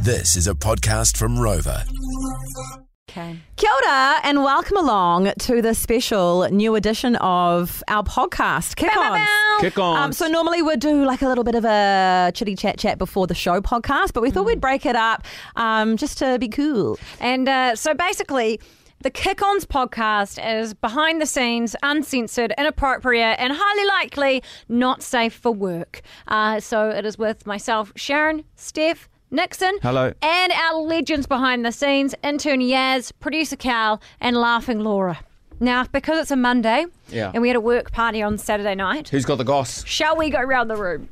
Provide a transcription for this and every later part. This is a podcast from Rover. Okay. Kia ora and welcome along to this special new edition of our podcast, Kick On. Kick on. Um, so normally we'd do like a little bit of a chitty chat chat before the show podcast, but we thought we'd break it up um, just to be cool. And uh, so basically, the Kick Ons podcast is behind the scenes, uncensored, inappropriate, and highly likely not safe for work. Uh, so it is with myself, Sharon, Steph, Nixon. Hello. And our legends behind the scenes, intern Yaz, producer Cal, and Laughing Laura. Now, because it's a Monday Yeah. and we had a work party on Saturday night, Who's got the goss? shall we go round the room?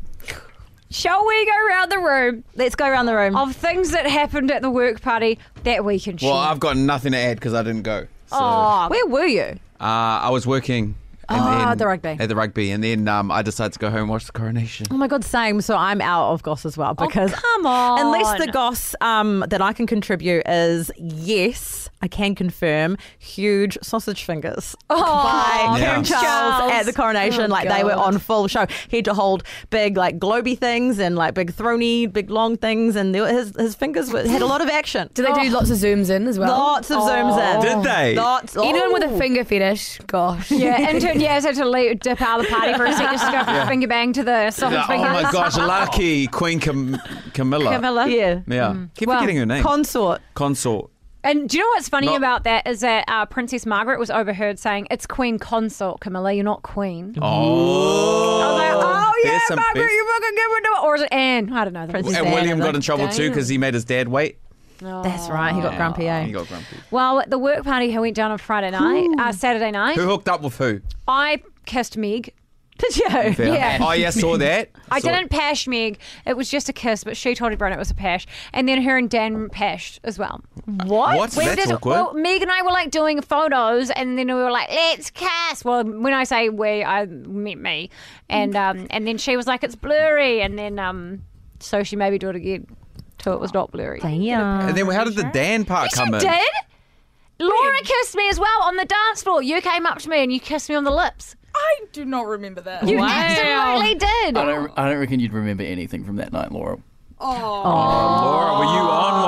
Shall we go round the room Let's go around the room. of things that happened at the work party that we can share? Well, I've got nothing to add because I didn't go. So, uh, Oh, Where were you? I was working. And Oh, then- the rugby. At the rugby. And then um, I decided to go home and watch the coronation. Oh my god, same. So I'm out of goss as well because come on. Unless the goss um, that I can contribute is yes, I can confirm huge sausage fingers by Yeah. Karen Charles, Charles. at the coronation. Oh, like they were God. on full show. He had to hold big like globy things and like big throny, big long things, and there- his his fingers were, had a lot of action. Do they Oh. do lots of zooms in as well? Lots of zooms in. Did they? Lots. Anyone with Oh. a finger fetish, gosh. yeah, intern, yeah, so to leave, dip out of the party for a second, just go from finger bang to the soft Yeah, oh fingers. my gosh, lucky Queen Cam- Camilla. Camilla. Yeah. Yeah. Keep Well, forgetting her name. Consort. Consort. And do you know what's funny Not- about that is that uh, Princess Margaret was overheard saying, "It's Queen Consort, Camilla. You're not Queen." Oh. I I was like, "Oh yeah, There's some Margaret, big- you fucking give her to or is it Anne? I don't know. Princess And Diana, William got like, in trouble too because he made his dad wait. That's right. He got grumpy. Eh? Oh, He got grumpy. Well, at the work party who went down on Friday night, uh, Saturday night, Who hooked up with who? I kissed Meg. Did you? Fair. Oh, yeah, saw that. I Saw- didn't pash Meg. It was just a kiss, but she told everyone it was a pash. And then her and Dan pashed as well. What? What? We were That's just- awkward. Well, Meg and I were like doing photos, and then we were like, "Let's kiss." Well, when I say we, I meant me, and Mm. um, and then she was like, "It's blurry," and then um, so she made me do it again till it was not blurry. Yeah. and then how did the Dan part Yes, come you in? did. Laura kissed me as well on the dance floor. You came up to me and you kissed me on the lips. I do not remember that. You absolutely did. I don't, I don't reckon you'd remember anything from that night, Laura. Laura, were you on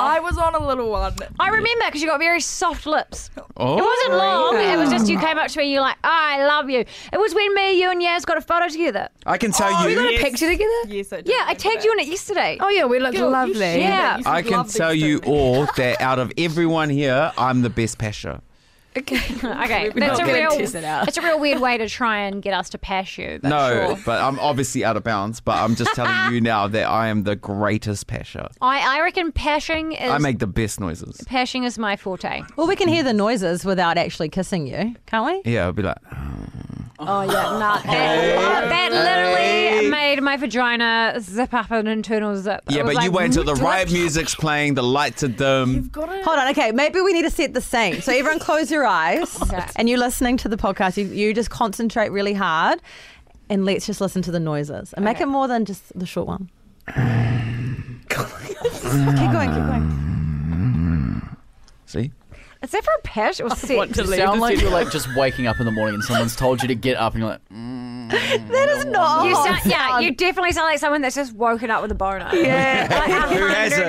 I was on a little one. I remember because you got very soft lips. one? Oh. It wasn't long. It was just you came up to me and you're like, I love you. It was when me, you, and Yaz got a photo together. I can tell Oh, you. We got a picture together? Yes, I did. Yeah, I tagged you on it yesterday. Oh, yeah, we looked lovely. Yeah. I can tell you all that out of everyone here, I'm the best pasher. Okay. okay. not That's a gonna real. tease it out. It's a real weird way to try and get us to pass you. But No, sure. but I'm obviously out of bounds. But I'm just telling you now that I am the greatest pasher. I, I reckon pashing is I make the best noises. pashing is my forte. Well, we can hear the noises without actually kissing you, can't we? Yeah, I'll be like, Oh yeah, nah, that, that literally made my vagina zip up an internal zip. It yeah, was but you like, wait until the right music's playing, the lights are dim. Hold on, okay. Maybe we need to set the scene. So everyone, close your eyes, and you're listening to the podcast. You, you just concentrate really hard, and let's just listen to the noises and make it more than just the short one. keep going, keep going. See, Is that for a pash or sex? You sound like you're like just waking up in the morning and someone's told you to get up and you're like, mm. That is not. Oh, You sound, yeah, you definitely sound like someone that's just woken up with a boner. yeah, who hasn't?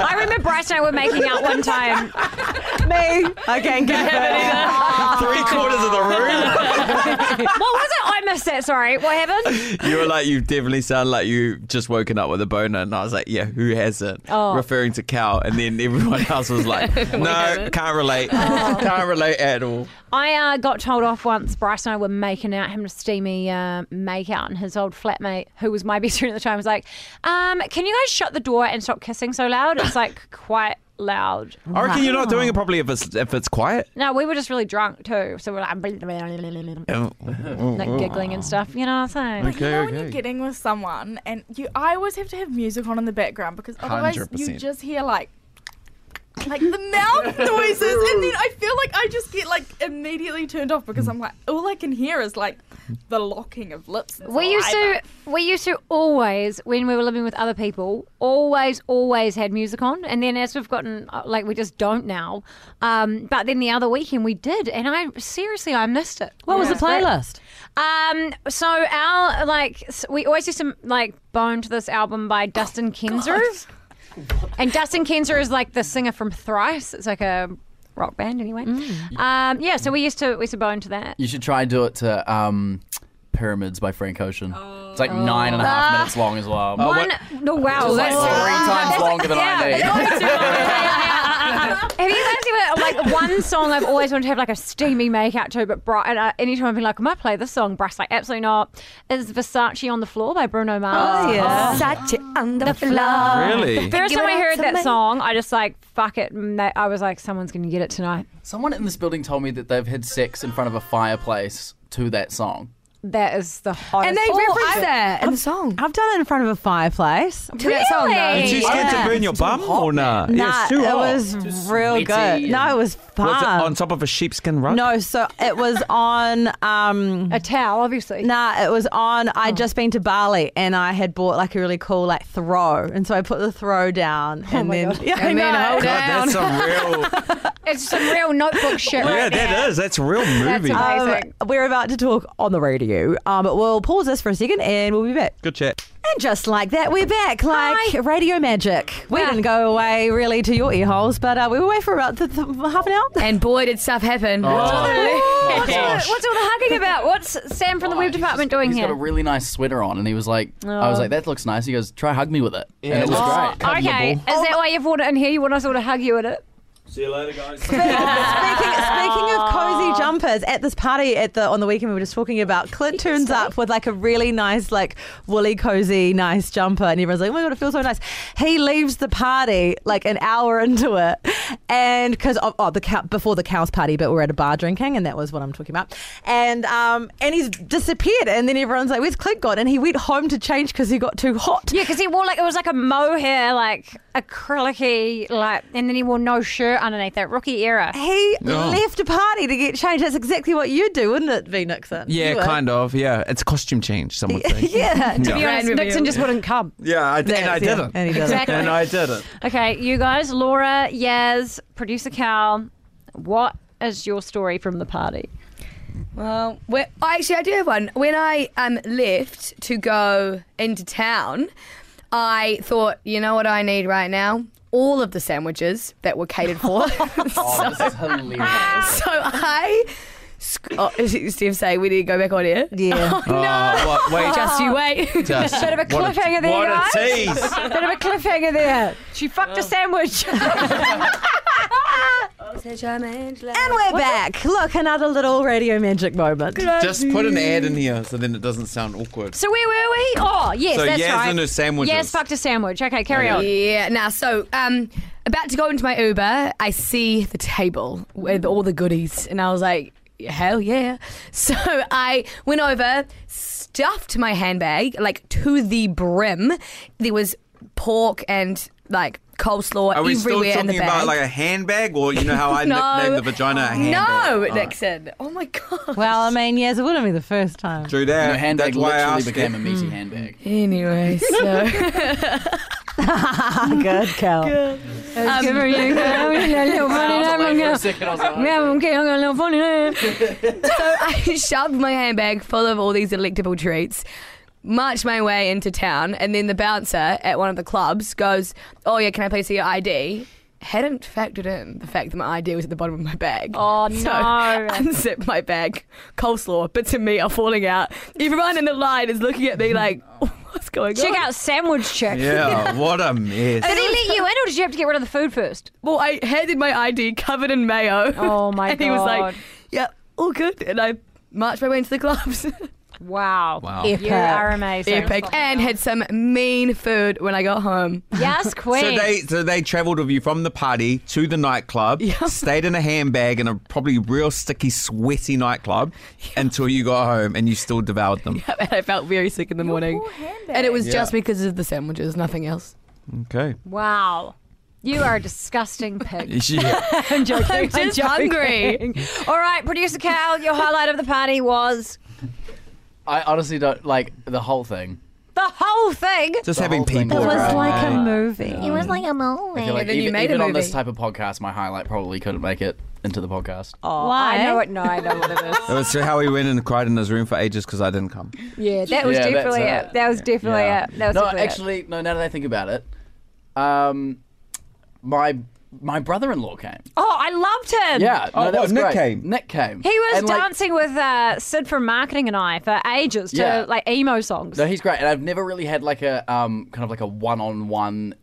I remember Bryce and I were making out one time. me. I can't get it. Three quarters of the What was it? I missed it. Sorry. What happened? room. you were like, you definitely sound like you just woken up with a boner, and I was like, yeah, who hasn't? Oh. Referring to Cal, and then everyone else was like, no, can't relate, can't relate at all. I uh, got told off once. Bryce and I were making out, having a steamy uh, make out, and his old flatmate, who was my best friend at the time, was like, um, "Can you guys shut the door and stop kissing so loud? It's like quite loud." I reckon you're not doing it properly if it's if it's quiet. No, we were just really drunk too, so we we're like, Mm. like giggling and stuff. You know what I'm saying? You know when you're getting with someone, and you, I always have to have music on in the background because otherwise you 100%. just hear like, like the mouth noises, and then I feel like I just get like immediately turned off because I'm like, all I can hear is like the locking of lips. and We used saliva. to, we used to always, when we were living with other people, always, always had music on. And then as we've gotten, uh, like, we just don't now. Um, but then the other weekend we did, and I seriously, I missed it. What was the Yeah. playlist? Um, so our like s- we always used to like bone to this album by Dustin Kenzer, and Dustin Kenzer is like the singer from Thrice. It's like a rock band anyway. Um, yeah, so we used to we used to bone to that. You should try and do it to um, Pyramids by Frank Ocean. It's like nine and a half minutes long as well. Oh. Ah. One, no, wow, It's like that's- three times longer than I yeah. need. Have you guys ever like one song I've always wanted to have like a steamy makeout to? But Bri- and, uh, anytime I've been like, I might play this song. Bryce like, absolutely not. Is Versace on the floor by Bruno Mars? Oh, Oh, Oh. yeah. Such it on the floor. Really? First time I heard that Somebody- song, I just like fuck it. and that- I was like, someone's gonna get it tonight. Someone in this building told me that they've had sex in front of a fireplace to that song. That is the hottest. And they Oh, reference I- that in the song. I've done it in front of a fireplace. To that song, Are you though. too scared Yeah. to burn your bum or not? Nah? Nah, it's too it hot. was real sweaty good. No, and- it was fun. Was it on top of a sheepskin rug? no, so it was on. Um, a towel, obviously. Nah, it was on. I'd just been to Bali and I had bought like a really cool like throw, and so I put the throw down and my then God. yeah, I And then know. hold God, down. that's some real. It's some real notebook shit. yeah, right there. that is. That's a real movie. amazing. Um, Amazing. we're about to talk on the radio, um, but we'll pause this for a second and we'll be back. Good chat. And just like that, we're back, like Hi. radio magic. We Yeah. didn't go away really to your ear holes, but uh, we were away for about th- th- half an hour. And boy, did stuff happen. Oh, what's, all, Gosh. Oh, what's all the hugging about? What's Sam from the web He's department just- doing He's here? got a really nice sweater on, and he was like, I was like, that looks nice. He goes, try hug me with it. Yeah, and it was Oh, great. okay. Is that why you've brought it in here? You want us all to hug you in it? See you later, guys. speaking, speaking of cozy jumpers, at this party at the on the weekend we were just talking about, Clint turns up with like a really nice, like woolly cozy, nice jumper, and everyone's like, "Oh my god, it feels so nice." He leaves the party like an hour into it, and because oh, oh, the cow, before the cows party, but we're at a bar drinking, and that was what I'm talking about, and um and he's disappeared, and then everyone's like, "Where's Clint gone?" And he went home to change because he got too hot. Yeah, because he wore like it was like a mohair, like acrylicy, like, and then he wore no shirt underneath that rookie era. He No. left a party to get changed. That's exactly what you'd do, wouldn't it, V Nixon? Yeah, You would. kind of. Yeah, it's costume change. Some would say. To Yeah, be Yeah, honest, Grand Nixon reveal. just wouldn't come. yeah I, and I yeah, didn't. and he didn't. Exactly. And I didn't. Okay, you guys, Laura, Yaz, producer Cal, what is your story from the party? Well, when, Uh, I actually, I do have one. When I um, left to go into town, I thought, you know what I need right now? All of the sandwiches that were catered for. Oh, this is hilarious. so I. sc- Oh, Steve say we need to go back on air. Yeah. Oh, what, wait, Just you wait. just Oh. Bit of a what cliffhanger there, what guys. a tease. Bit of a cliffhanger there. She fucked Oh. a sandwich. And we're back. Look, another little radio magic moment. Just put an ad in here so then it doesn't sound awkward. so where were we? Oh, yes, So that's Yaz right. and her sandwiches. Yaz fucked a sandwich. Okay, carry on. Yeah. Now, so um, about to go into my Uber, I see the table with all the goodies, and I was like, hell yeah! So I went over, stuffed my handbag like to the brim. There was pork and like coleslaw Are we still everywhere in talking the bag. about like a handbag, or you know how I No. nicknamed the vagina a handbag? no, All right. Nixon. Oh my god. Well, I mean, yes, it wouldn't be the first time. Through that, Your handbag that's why I literally asked became it. a meaty handbag. Anyway, so Good, Cal. um, So I shoved my handbag full of all these electable treats, marched my way into town, and then the bouncer at one of the clubs goes, Oh, yeah, can I please see your ID? Hadn't factored in the fact that my ID was at the bottom of my bag. Oh, So, no. unzip my bag, coleslaw, bits of meat are falling out. Everyone in the line is looking at me like, "Oh, What's going on? Check out sandwich chick. Yeah, what a mess. Did he let you in, or did you have to get rid of the food first? Well, I handed my ID covered in mayo. Oh, my and he was God. like, Yeah, all good. And I marched my way into the clubs. Wow. Wow. You are amazing. epic and had some mean food when I got home. Yes, So queen. they so they travelled with you from the party to the nightclub, stayed in a handbag in a probably real sticky, sweaty nightclub until you got home and you still devoured them. and I felt very sick in the morning. And it was just because of the sandwiches, nothing else. Okay. wow. You are a disgusting pig. Yeah. I'm joking. I'm just hungry. All right, producer Cal, your highlight of the party was I honestly don't like the whole thing. the the whole thing. Just The having whole thing people. it was Right. around, like a eh? movie. It was like a movie. I feel like And then you even, made a even on movie. this type of podcast, my highlight probably couldn't make it into the podcast. Why? I know it. No, Oh, I know what it is. It was how he went and cried in his room for ages because I didn't come. Yeah, that was Yeah, that's definitely it. it. That was definitely Yeah. it. That was no, definitely it. actually, no. Now that I think about it, um, my my brother-in-law came. Oh, I loved him. Yeah, Oh, no, that what, was Nick great. came? Nick came. He was And, like, dancing with uh, Sid from marketing and I for ages to Yeah. like emo songs. No, he's great, and I've never really had like a um, kind of like a one-on-one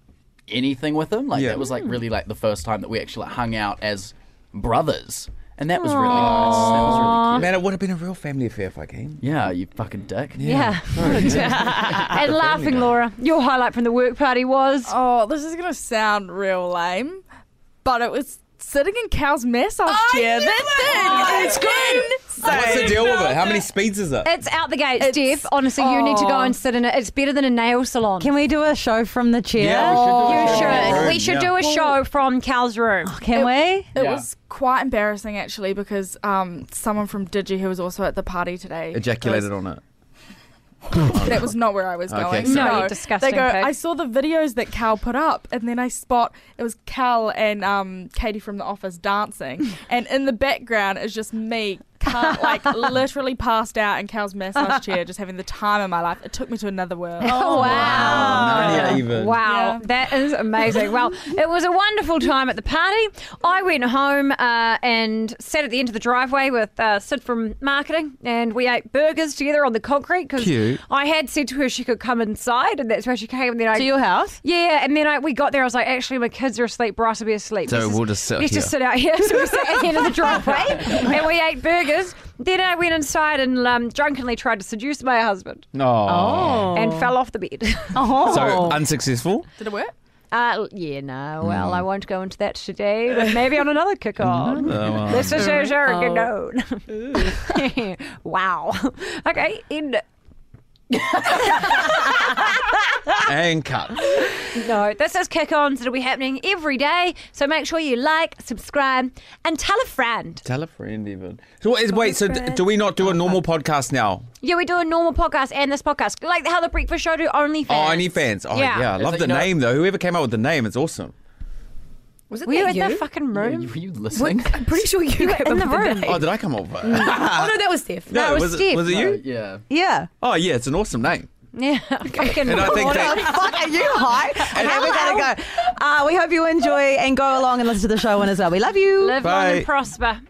anything with him. Like Yeah. that was like really like the first time that we actually like, hung out as brothers, and that was really nice. That was really cute. Man, it would have been a real family affair if I came. Yeah, you fucking dick. yeah. and laughing Laura, your highlight from the work party was Oh, this is gonna sound real lame, but it was sitting in cow's mess last year. That thing is insane. What's the deal with it? How many speeds is it? it's oh. out the gates, It's- Jeff. Honestly, you need to go Aw. and sit in it. It's better than a nail salon. Can we do a show from the chair? Yeah, you we should do it. should. Room, We should yeah. do a show oh, from Cal's room. Can we? It Yeah. was quite embarrassing actually because um, someone from Digi who was also at the party today Ejaculated on it. That was not where I was Okay, going. sorry. No, you So disgusting They go. pig. I saw the videos that Cal put up, and then I spot it was Cal and um, Katie from the office dancing, and in the background is just me. Cal, like literally passed out in Cal's massage chair, just having the time of my life. It took me to another world. Oh, wow. Narnia even. Wow, Yeah. that is amazing. Well, it was a wonderful time at the party. I went home uh, and sat at the end of the driveway with uh, Sid from marketing, and we ate burgers together on the concrete because Cute. I had said to her she could come inside, and that's where she came. And then I To your house? yeah, and then I, we got there. I was like, actually, my kids are asleep. Bryce will be asleep. So Let's we'll just sit Let's here. just sit out here. So we sat at the end of the driveway and we ate burgers. Then I went inside and um, drunkenly tried to seduce my husband No. and fell off the bed. Oh. So unsuccessful. Did it work? Uh, yeah, no. Well, Mm. I won't go into that today, but maybe on another kick on. Oh, well. This is your Oh. good note. Wow. Okay, end. and cut. No, this is kick ons. It'll be happening every day. So make sure you like, subscribe, and tell a friend. Tell a friend even. So what is, wait, so d- do we not do a normal podcast now? Yeah, we do a normal podcast and this podcast, like how the Breakfast Show do OnlyFans. Oh, OnlyFans. Oh, yeah. Yeah. I love like, the you know- name, though. Whoever came up with the name, it's awesome. Was it Were you that in you? that fucking Were room? you, were you listening? I'm pretty sure you, were came in up the with room. name. Oh, did I come up with it? Oh no, that was Steph. No, it was Steve. was it you? Uh, yeah. Yeah. Oh, yeah, it's an awesome name. Yeah, fucking. And I think that, Oh, Fuck, are you high? Okay, we gotta go. Uh, we hope you enjoy and go along and listen to the show one as well. We love you. Live long Bye. and prosper.